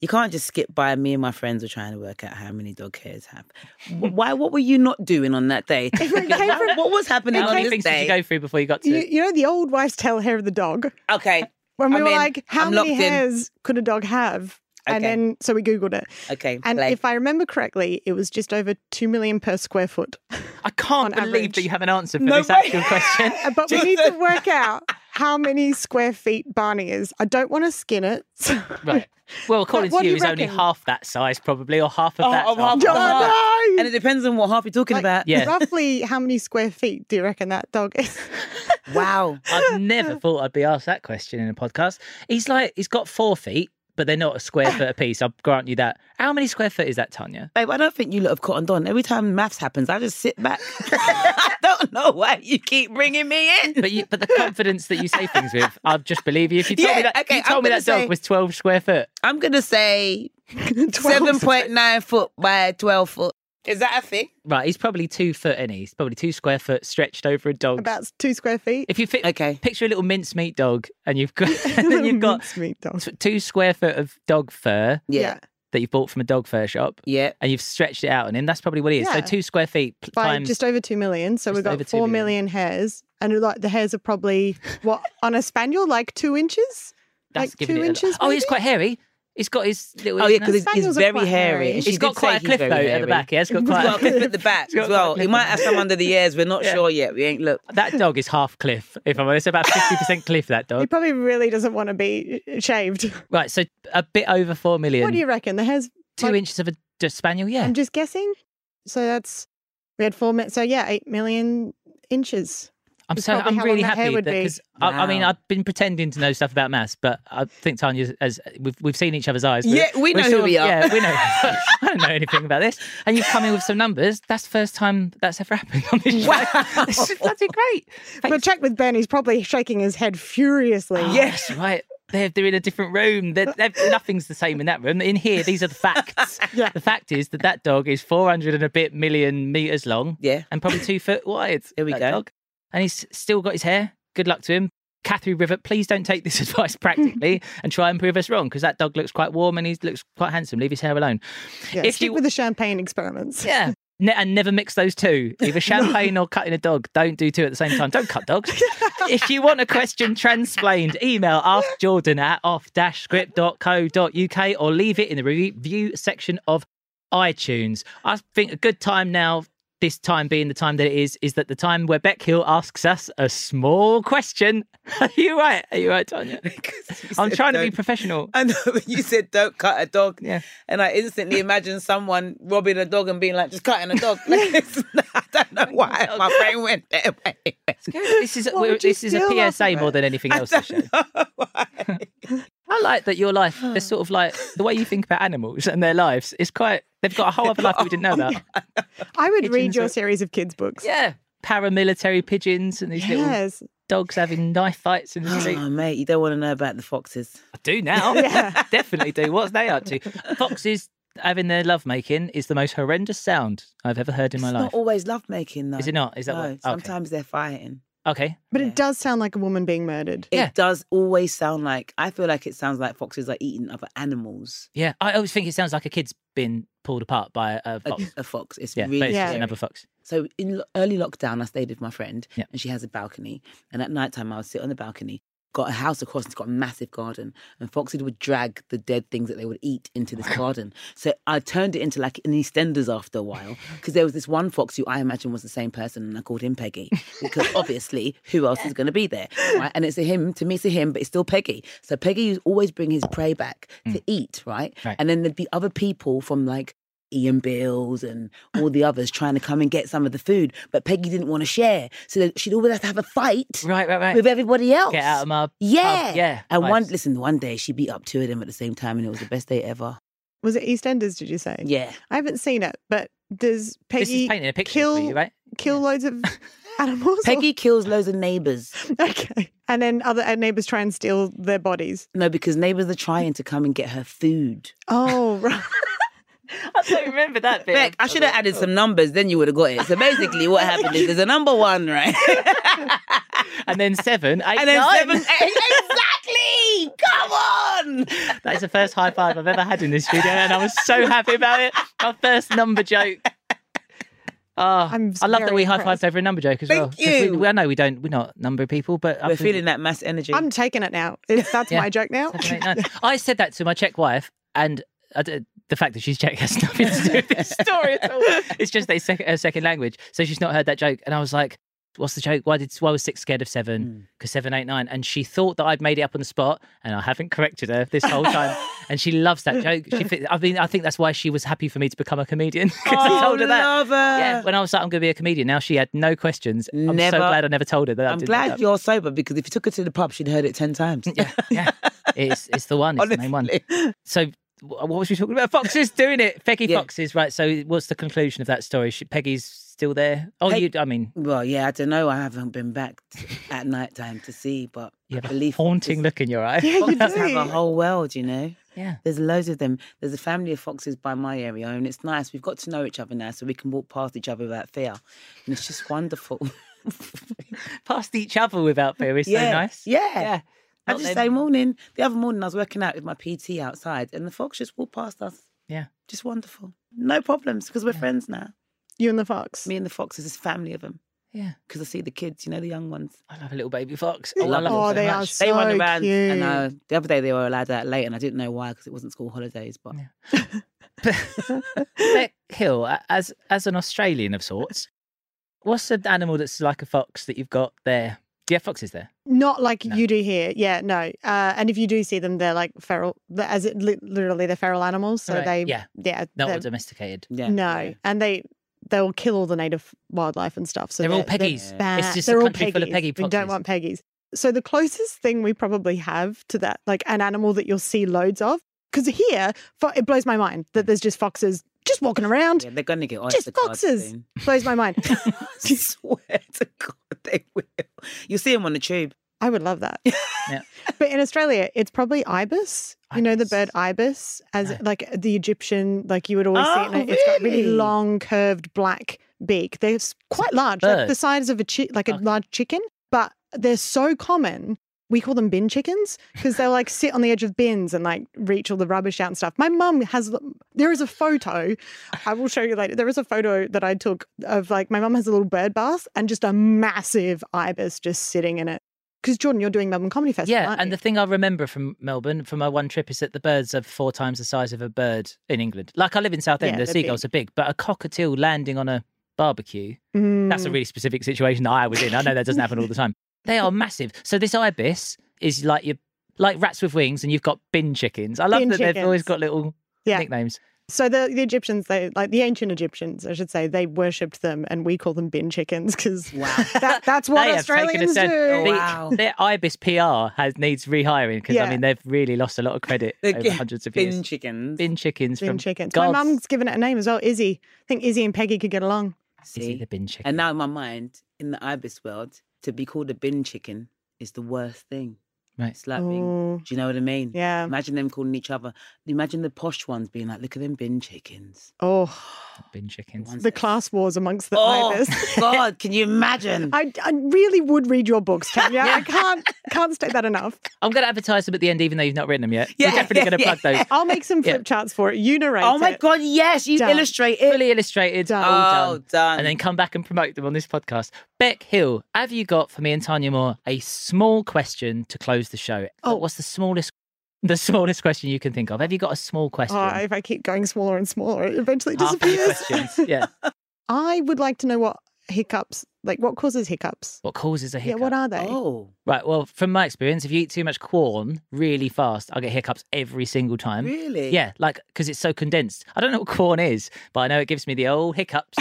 You can't just skip by. Me and my friends were trying to work out how many dog hairs have. Wh- Why? What were you not doing on that day? it came from- what was happening how on many this things did day? you go through before you got to? you, you know the old wives tell hair of the dog okay. when we I'm were in. like how I'm many locked in. hairs could a dog have and Okay. then so we googled it Okay. And play. if I remember correctly, it was just over two million per square foot. I can't on believe that average. you have an answer for No this way. actual question. Uh, But we need to work out how many square feet Barney is. I don't want to skin it. So. Right. Well, according what to do you, you it's only reckon? half that size, probably, or half of Oh, that. oh, size. half No, of that. no. and it depends on what half you're talking about. Yeah. Roughly, how many square feet do you reckon that dog is? Wow. I've never thought I'd be asked that question in a podcast. He's like, he's got four feet, but they're not a square foot apiece. I'll grant you that. How many square foot is that, Tanya? Babe, I don't think you lot have cottoned on. Every time maths happens, I just sit back. I don't know why you keep bringing me in. But you, but the confidence that you say things with, I'll just believe you. If you told me Yeah, that, if okay, you told I'm me gonna that dog say- was twelve square foot. I'm going to say 12. 7.9 foot by 12 foot. Is that a thing? Right, he's probably two foot, any. He's probably two square foot stretched over a dog. About two square feet. If you fit, Okay. picture a little mincemeat dog, and you've got, and then you've got Mincemeat dog. t- two square foot of dog fur Yeah. that you've bought from a dog fur shop, Yeah. and you've stretched it out on him. That's probably what it is. So Yeah. two square feet pl- By times. just over two million, so Just we've over got two four million hairs, and like the hairs are probably what on a spaniel, like two inches. that's like giving two it a- inches. Oh, he's maybe? quite hairy. He's got his little. Oh, yeah, because it's, it's Spaniels are very quite hairy. hairy. and she he's got did say quite a he's cliff very though at the hairy. back. He has got He's He's quite. got a a cliff. cliff at the got back as quite a well. cliff He at might the have some under the ears. We're not Yeah. sure yet. We ain't look. That dog is half cliff. If I'm honest, about fifty percent cliff. That He dog. probably really doesn't want to be shaved. Right, so a bit over four million. What do you reckon? The hairs Two like- inches of a d- spaniel. Yeah. I'm just guessing. So that's we had four minutes. So yeah, eight million inches. I'm It's so probably I'm how really long that hair happy would that be. because I, I mean Wow. I've been pretending to know stuff about maths, but I think Tanya as we've we've seen each other's eyes. Yeah, we we're know who we are. Yeah, we know. I don't know anything about this, and you've come in with some numbers. That's the first time that's ever happened on this show. Wow. This is bloody great. But check with Ben. He's probably shaking his head furiously. Yes, right. They're, they're in a different room. They're, they're, nothing's the same in that room. In here, these are the facts. Yeah. The fact is that that dog is 400 and a bit million meters long Yeah. and probably two foot wide. Here we that go. dog. And he's still got his hair. Good luck to him. Catherine Rivet, please don't take this advice practically and try and prove us wrong because that dog looks quite warm and he looks quite handsome. Leave his hair alone. Yeah, If stick you- with the champagne experiments. Yeah. Ne- and never mix those two, either champagne or cutting a dog. Don't do two at the same time. Don't cut dogs. if you want a question transplained, email askjordan at off-script.co.uk or leave it in the review section of iTunes. I think a good time now, this time being the time that it is, is that the time where Beck Hill asks us a small question. Are you right? Are you right, Tanya? I'm trying to be professional. I know, but you said don't cut a dog. Yeah. And I instantly imagine someone robbing a dog and being like, just cutting a dog. Like, it's- I don't know why my brain went that way. This is would you this is feel a after PSA more it? than anything else. this show. I like that your life is sort of like the way you think about animals and their lives. It's quite. They've got a whole other life that we didn't know about. I would read Pigeons your are- series of kids' books. Yeah. Paramilitary pigeons and these little Yes. dogs having knife fights in the street. Oh, mate, you don't want to know about the foxes. I do now. Yeah. Definitely do. What's they up to? Foxes having their lovemaking is the most horrendous sound I've ever heard in my it's life. not always lovemaking, though. Is it not? Is that no, what? Okay. sometimes they're fighting. Okay. But it does sound like a woman being murdered. It Yeah. does always sound like, I feel like it sounds like foxes are eating other animals. Yeah. I always think it sounds like a kid's been pulled apart by a A, fox. a fox. It's yeah, but really it's just Yeah. scary. another fox. So in lo- early lockdown, I stayed with my friend, Yeah. and she has a balcony. And at night time, I would sit on the balcony. Got a house across. It's got a massive garden, and foxes would drag the dead things that they would eat into this garden. So I turned it into like an EastEnders after a while, because there was this one fox who I imagine was the same person, and I called him Peggy, because obviously, who else is going to be there? Right? And it's a him to me, it's a him, but it's still Peggy. So Peggy would always bring his prey back to eat, right? Mm. Right. And then there'd be other people from like Ian Bills and all the others trying to come and get some of the food, but Peggy didn't want to share. So that she'd always have to have a fight Right, right, right. with everybody else. Get out of my pub. yeah. Yeah. And Right. one listen, one day she beat up two of them at the same time and it was the best day ever. Was it EastEnders, did you say? Yeah. I haven't seen it, but does This Peggy is painting a picture kill, for you, right? kill loads of animals? or- Peggy kills loads of neighbours. Okay. And then other and neighbors try and steal their bodies. No, because neighbours are trying to come and get her food. Oh, right. I don't remember that bit. Beck, I should have added some numbers, then you would have got it. So basically what happened is there's a number one, right? And then seven, eight, and then nine. seven Exactly! Come on! That is the first high five I've ever had in this studio, and I was so happy about it. My first number joke. Oh, I'm I love that very we high fived impressed. over a number joke as well. Thank 'cause we- you. We, I know we don't. We're not number people, but I We're think- feeling that mass energy. I'm taking it now. It's, that's Yeah. my joke now. Seven, eight, nine. I said that to my Czech wife, and I d the fact that she's Czech has nothing to do with this story at all. It's just that it's sec- her second language, so she's not heard that joke. And I was like, "What's the joke? Why did why was six scared of Hmm. seven? Because seven, eight, nine. And she thought that I'd made it up on the spot, and I haven't corrected her this whole time. and she loves that joke. She, fi- I mean, I think that's why she was happy for me to become a comedian because Oh, I told her that. Love her. Yeah, when I was like, I'm going to be a comedian. Now she had no questions. I'm so Never- glad I never told her that. I I'm didn't glad make you're sober because if you took her to the pub, she'd heard it 10 times. Yeah, yeah. It's it's the one. It's the main one. So wh- what was we talking about? Foxes doing it. Peggy Yeah. Foxes, right? So what's the conclusion of that story? She, Peggy's still there. Oh, Peg- you. I mean, Well, yeah, I don't know. I haven't been back t- at night time to see, but you I have a believe haunting foxes, look in your eye. Yeah, you foxes have a do. whole world, you know? Yeah. There's loads of them. There's a family of foxes by my area, and it's nice. We've got to know each other now, so we can walk past each other without fear. And it's just wonderful. Past each other without fear is so yeah. nice. Yeah. Yeah. I Not just them. say morning. The other morning, I was working out with my PT outside, and the fox just walked past us. Yeah. Just wonderful. No problems because we're friends now. You and the fox. Me and the foxes, this family of them. Yeah. Because I see the kids, you know, the young ones. I love a little baby fox. Oh, I love love them oh, them so they much. are so they run around, cute. and uh, the other day they were allowed out late, and I didn't know why because it wasn't school holidays. But Yeah. Beck Hill, a- as as an Australian of sorts, what's an animal that's like a fox that you've got there? Do you have foxes there? Not like No. you do here. Yeah, no. Uh, and if you do see them, they're like feral, they're- as it li- literally, they're feral animals. So Right. they, Yeah. yeah, Not they're- all domesticated. yeah, no. And they, they'll kill all the native wildlife and stuff. So They're all Peggies. Peggy's. It's just a country full of Peggy We foxes. don't want Peggies. So the closest thing we probably have to that, like an animal that you'll see loads of, because here fo- it blows my mind that there's just foxes just walking around. yeah, they're gonna get Just oyster cards foxes. soon. Blows my mind. I swear to God, they will. You see them on the tube. I would love that. Yeah. But in Australia, it's probably ibis. You know the Ibis. bird ibis as No. like the Egyptian, like you would always see. It. Oh, and It's got really really? long, curved black beak. They're s- quite large, like the bird? size of a chi- like a Okay. large chicken. But they're so common. We call them bin chickens because they'll like sit on the edge of bins and like reach all the rubbish out and stuff. My mum has, there is a photo, I will show you later. There is a photo that I took of like, my mum has a little bird bath and just a massive ibis just sitting in it. because Jordan, you're doing Melbourne Comedy Festival. Yeah, aren't and the you? thing I remember from Melbourne from my one trip is that the birds are four times the size of a bird in England. Like I live in Southend, Yeah, the they're seagulls are big, but a cockatiel landing on a barbecue, Mm. that's a really specific situation that I was in. I know that doesn't happen all the time. They are massive. So this ibis is like your like rats with wings and you've got bin chickens. I love Bin that they've always chickens. got little Yeah. nicknames. so the, the Egyptians, they like the ancient Egyptians, I should say, they worshipped them, and we call them bin chickens because wow. that, that's what They have taken a Australians stand- do. The- Wow. Their ibis PR has needs rehiring because I Yeah. mean they've really lost a lot of credit The over g- hundreds of bin years. chickens. Bin chickens Bin from chickens. God's- My mum's given it a name as well, Izzy. I think Izzy and Peggy could get along. Is it See? the bin chicken? And now in my mind, in the ibis world, to be called a bin chicken is the worst thing. Right. It's like being, Ooh. do you know what I mean? Oh, Yeah. Imagine them calling each other. Imagine the posh ones being like, look at them bin chickens. Oh, bin chickens. Ones the that- class wars amongst the Oh, ibis. God, can you imagine? I, I really would read your books, Tanya. I can't can't state that enough. I'm going to advertise them at the end, even though you've not written them yet. Yeah, We're definitely yeah, going to plug those. I'll make some flip Yeah. charts for it. You narrate. oh, my it. God, yes, you Done. illustrate it. Fully illustrated, Done. all Oh, done. done. And then come back and promote them on this podcast. Beck Hill, have you got for me and Tanya Moore a small question to close the show? Uh, Oh. what's the smallest, the smallest question you can think of? Have you got a small question? Oh, if I keep going smaller and smaller, it Oh. eventually Half of your disappears. questions. Yeah. I would like to know what hiccups, like what causes hiccups. What causes a Yeah, hiccup? what are they? Oh, right. Well, from my experience, if you eat too much corn really fast, I get hiccups every single time. really? Yeah, like because it's so condensed. I don't know what corn is, but I know it gives me the old hiccups,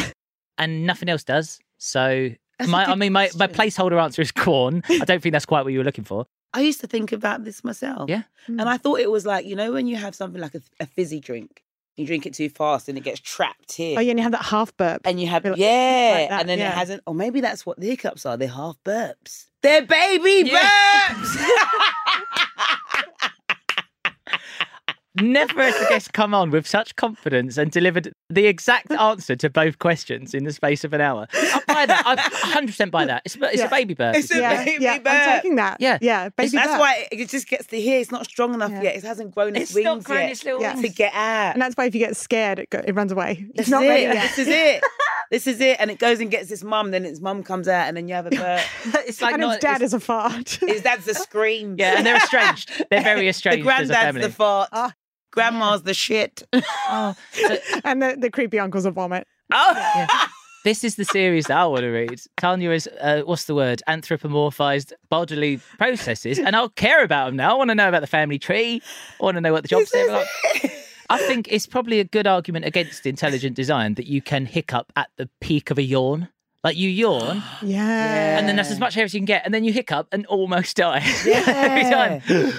and nothing else does. So That's a my, I good mean, my, my question. placeholder answer is corn. I don't think that's quite what you were looking for. I used to think about this myself. Yeah. And I thought it was like, you know, when you have something like a, a fizzy drink, you drink it too fast and it gets trapped here. Oh, yeah, and you have that half burp. And you have, Be like- yeah. that, and then yeah. it hasn't, or maybe that's what the hiccups are. They're half burps. They're baby burps. Never has the guest come on with such confidence and delivered the exact answer to both questions in the space of an hour. I buy that. I 100% buy that. It's, it's Yeah. a baby bird. It's a yeah, baby yeah, I'm burp. taking that. Yeah. yeah, baby That's burp. why it, it just gets to here. It's not strong enough Yeah. yet. It hasn't grown its, It's wings not grown yet its little to wings. get out. And that's why if you get scared, it, go, it runs away. This It's not is ready it. yet. This is it. This is it. And it goes and gets its mum. Then its mum comes out, and then you have a bird. it's like and not, his dad it's- is a fart. His dad's the scream. Yeah, and they're estranged. They're very the estranged as a granddad's family. the fart. Ah. Grandma's the shit. Oh, and the, the creepy uncle's a vomit. Oh, This is the series that I want to read. Tanya is, uh, what's the word, anthropomorphized bodily processes. And I'll care about them now. I want to know about the family tree. I want to know what the jobs are like. I think it's probably a good argument against intelligent design that you can hiccup at the peak of a yawn. Like you yawn, Yeah. and then that's as much air as you can get, and then you hiccup and almost die every Yeah. time.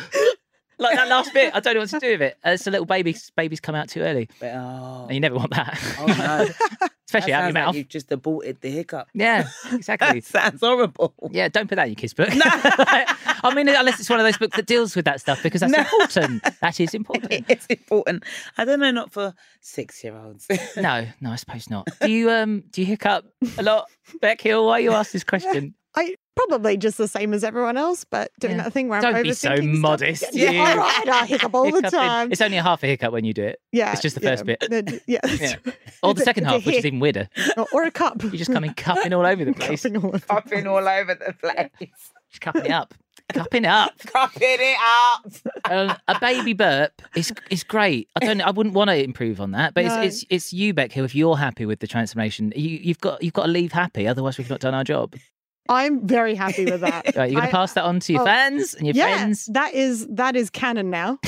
like that last bit, I don't know what to do with it. Uh, it's a little baby. Babies come out too early, But, oh, and you never want that, oh no. That especially out of your sounds like mouth. you've just aborted the hiccup. Yeah, exactly. That sounds horrible. Yeah, don't put that in your kid's book. I mean, unless it's one of those books that deals with that stuff because that's important. That is important. It's important. I don't know, not for six year olds. No, no, I suppose not. Do you um do you hiccup a lot, Beck Hill? Why you asked this question? I probably just the same as everyone else, but doing Yeah. that thing where I'm Don't be so overthinking stuff. modest, Yeah, you. all right, I hiccup all the Hiccuping- time. It's only a half a hiccup when you do it, yeah, it's just the yeah, first bit. the- yeah, that's Yeah. right. or It's the a- second it's a half, which is hic. even weirder. Or- or a cup. You just come in cupping all over the place, Cupping all over. Cupping all over the place. just cupping it up, cupping it up. Cupping it up. Um, a baby burp is is great. I don't. I wouldn't want to improve on that, but No. it's, it's it's you, Beck Hill. If you're happy with the transformation, you, you've got you've got to leave happy. Otherwise, we've not done our job. I'm very happy with that. Right, you're going I- to pass that on to your oh, fans and your yeah, friends, that is that is canon now.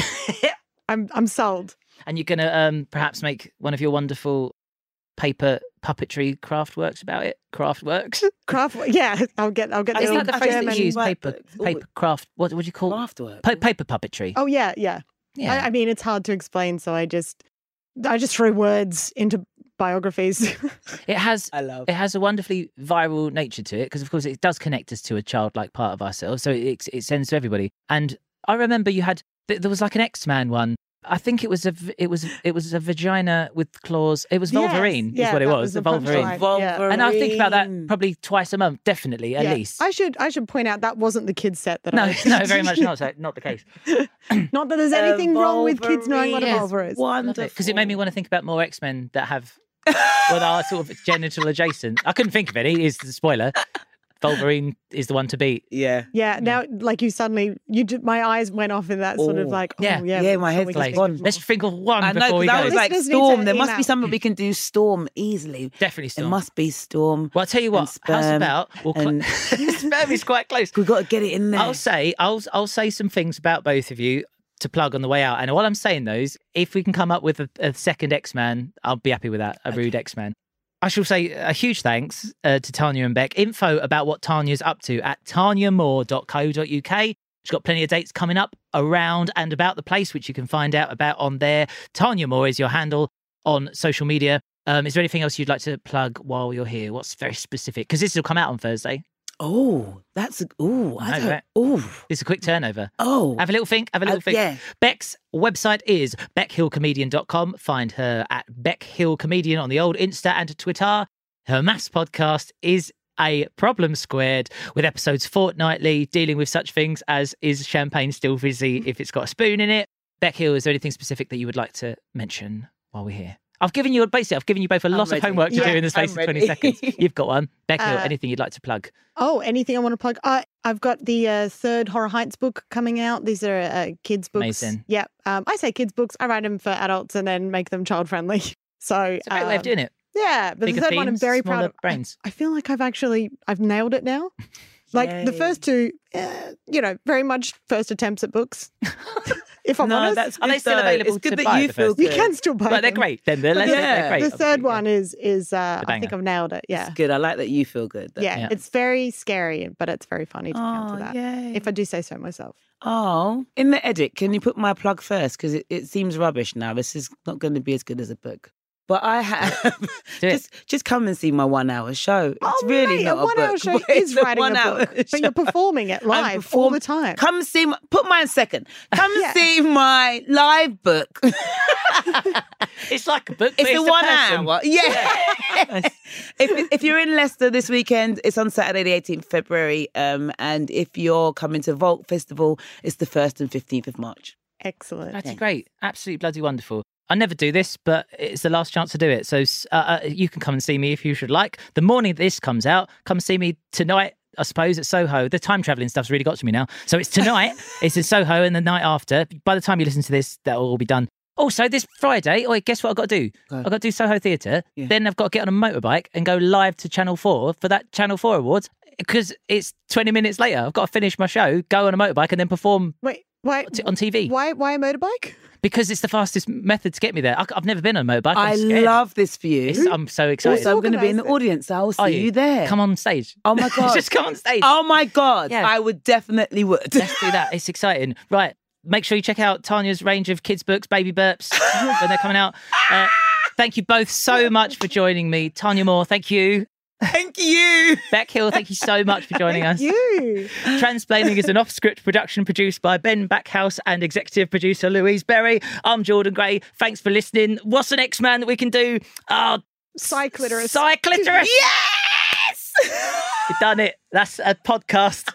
I'm I'm sold. and you're going to um, perhaps make one of your wonderful paper puppetry craft works about it. Craft works. Is Craft, yeah, I'll get I'll get I the that think- the I phrase think that you you use? write Paper, books. Oh, paper craft. What what do you call? Afterward. Pa- paper puppetry. Oh yeah, yeah. yeah. I, I mean, it's hard to explain, so I just I just throw words into biographies. it has I love. it has a wonderfully viral nature to it because of course it does connect us to a childlike part of ourselves so it, it sends to everybody and i remember you had th- there was like an x-man one i think it was a v- it was it was a vagina with claws it was Yes, wolverine is yeah, what it that was, was the the wolverine punchline. and i think about that Wolverine. probably twice a month definitely at Yeah. least I should I should point out that wasn't the kids set that no I no very much not so not the case Not that there's A anything wrong with kids knowing what a Wolverine. vulva is. Wonderful. because it made me want to think about more x-men that have well that are sort of genital adjacent i couldn't think of any is the spoiler Wolverine is the one to beat. Yeah. Yeah, now like you suddenly you ju- my eyes went off in that sort of Oh. like oh, Yeah. yeah Yeah, my shall head's we just like make gone. it more- Let's think of one I know, Um, before we 'cause I go. was like, Listeners need to Storm. There must email. be something we can do Storm easily. Definitely Storm. It must be Storm. well, I'll tell you what. and How's sperm about we'll cl- and- sperm is quite close. we got to get it in there. I'll say I'll I'll say some things about both of you to plug on the way out. And while I'm saying those, if we can come up with a, a second X Man, I'll be happy with that. A rude X Man. I shall say a huge thanks uh, to Tanya and Beck. Info about what Tanya's up to at tanyamore.co.uk. She's got plenty of dates coming up around and about the place, which you can find out about on there. Tanya Moore is your handle on social media. Um, is there anything else you'd like to plug while you're here? What's very specific? Because this will come out on Thursday. oh, that's a, oh, I know, I don't. right? Oh, It's a quick turnover. oh. Have a little think. Have a little Uh, think. yeah. Beck's website is beckhillcomedian.com. Find her at beckhillcomedian on the old Insta and Twitter. Her maths podcast is a problem squared with episodes fortnightly dealing with such things as is champagne still fizzy if it's got a spoon in it? Beck Hill, is there anything specific that you would like to mention while we're here? I've given you basically I've given you both a lot of ready. homework to Yeah, do in the space I'm of 20 ready. seconds. You've got one. Beck Hill, Uh, anything you'd like to plug? Oh, anything I want to plug? Uh, I've got the uh, third Horror Heights book coming out. These are uh, kids' books. Amazing. Yeah, um, I say kids' books. I write them for adults and then make them child friendly. So It's a great way of um, doing it. Yeah, but Bigger the third one I'm themes, very smaller proud of. I- brains. I, feel like I've actually I've nailed it now. Like the Yay. first two, uh, you know, very much first attempts at books. if I'm no, honest, that's Are they good, still though. available It's good to that buy you the feel first you good. can still buy um, But they're them. great. Then they're, But they're, they're yeah. great. The third obviously, yeah. one is is uh, The I think banger. I've nailed it. Yeah. It's good. I like that you feel good. That- Yeah, Yeah. it's very scary, but it's very funny to Oh, counter that. yay. If I do say so myself. Oh, in the edit, can you put my plug first? Because it, it seems rubbish now. This is not going to be as good as a book. But I have Do it. just just come and see my one hour show. It's oh, really mate, not a one hour book, show but it's is writing a one-hour book, but you're show. performing it I'm live all perform- the time. Come see, my, put mine second. Come Yeah. see my live book. It's like a book. It's a a one person. hour. Yeah. if, if you're in Leicester this weekend, it's on Saturday the 18th of February. Um, and if you're coming to Vault Festival, it's the 1st and 15th of March. Excellent. Bloody great. Absolutely bloody wonderful. I never do this, but it's the last chance to do it. So s- uh, uh, you can come and see me if you should like. The morning this comes out, come see me tonight. I suppose at Soho, the time traveling stuff's really got to me now. So it's tonight, it's in Soho, and the night after. By the time you listen to this, that'll all be done. Also, this Friday, oh, guess what I've got to do? I've got to do Soho Theatre. Yeah. Then I've got to get on a motorbike and go live to Channel 4 for that Channel 4 Awards because it's 20 minutes later. I've got to finish my show, go on a motorbike, and then perform Wait, why? t- on TV Why? Why a motorbike? because it's the fastest method to get me there. I, have never been on a motorbike. I'm I scared. love this for you. It's, I'm so excited. also, I'm going to be in the organised audience. it. I will see Are you? there. Come on stage. Oh my God. Just come on stage. Oh my God. Yeah. I would definitely would. Let's do that. It's exciting. Right. Make sure you check out Tanya's range of kids' books, baby burps, when they're coming out. Uh, thank you both so much for joining me. Tanya Moore, thank you. Thank you. Beck Hill, thank you so much for joining us. You. Transplaining is an off script production produced by Ben Backhouse and executive producer Louise Berry. I'm Jordan Gray. Thanks for listening. What's an X Man that we can do? Oh, Cycliterus. Cycliterus. Yes. We've done it. That's a podcast.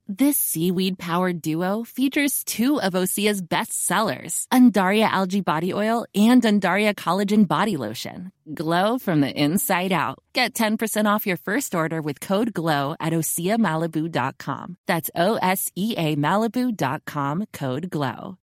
This seaweed powered duo features two of Osea's best sellers, Undaria Algae Body Oil and Undaria Collagen Body Lotion. Glow from the inside out. Get 10% off your first order with code GLOW at OseaMalibu.com. That's O S E A Malibu.com code GLOW.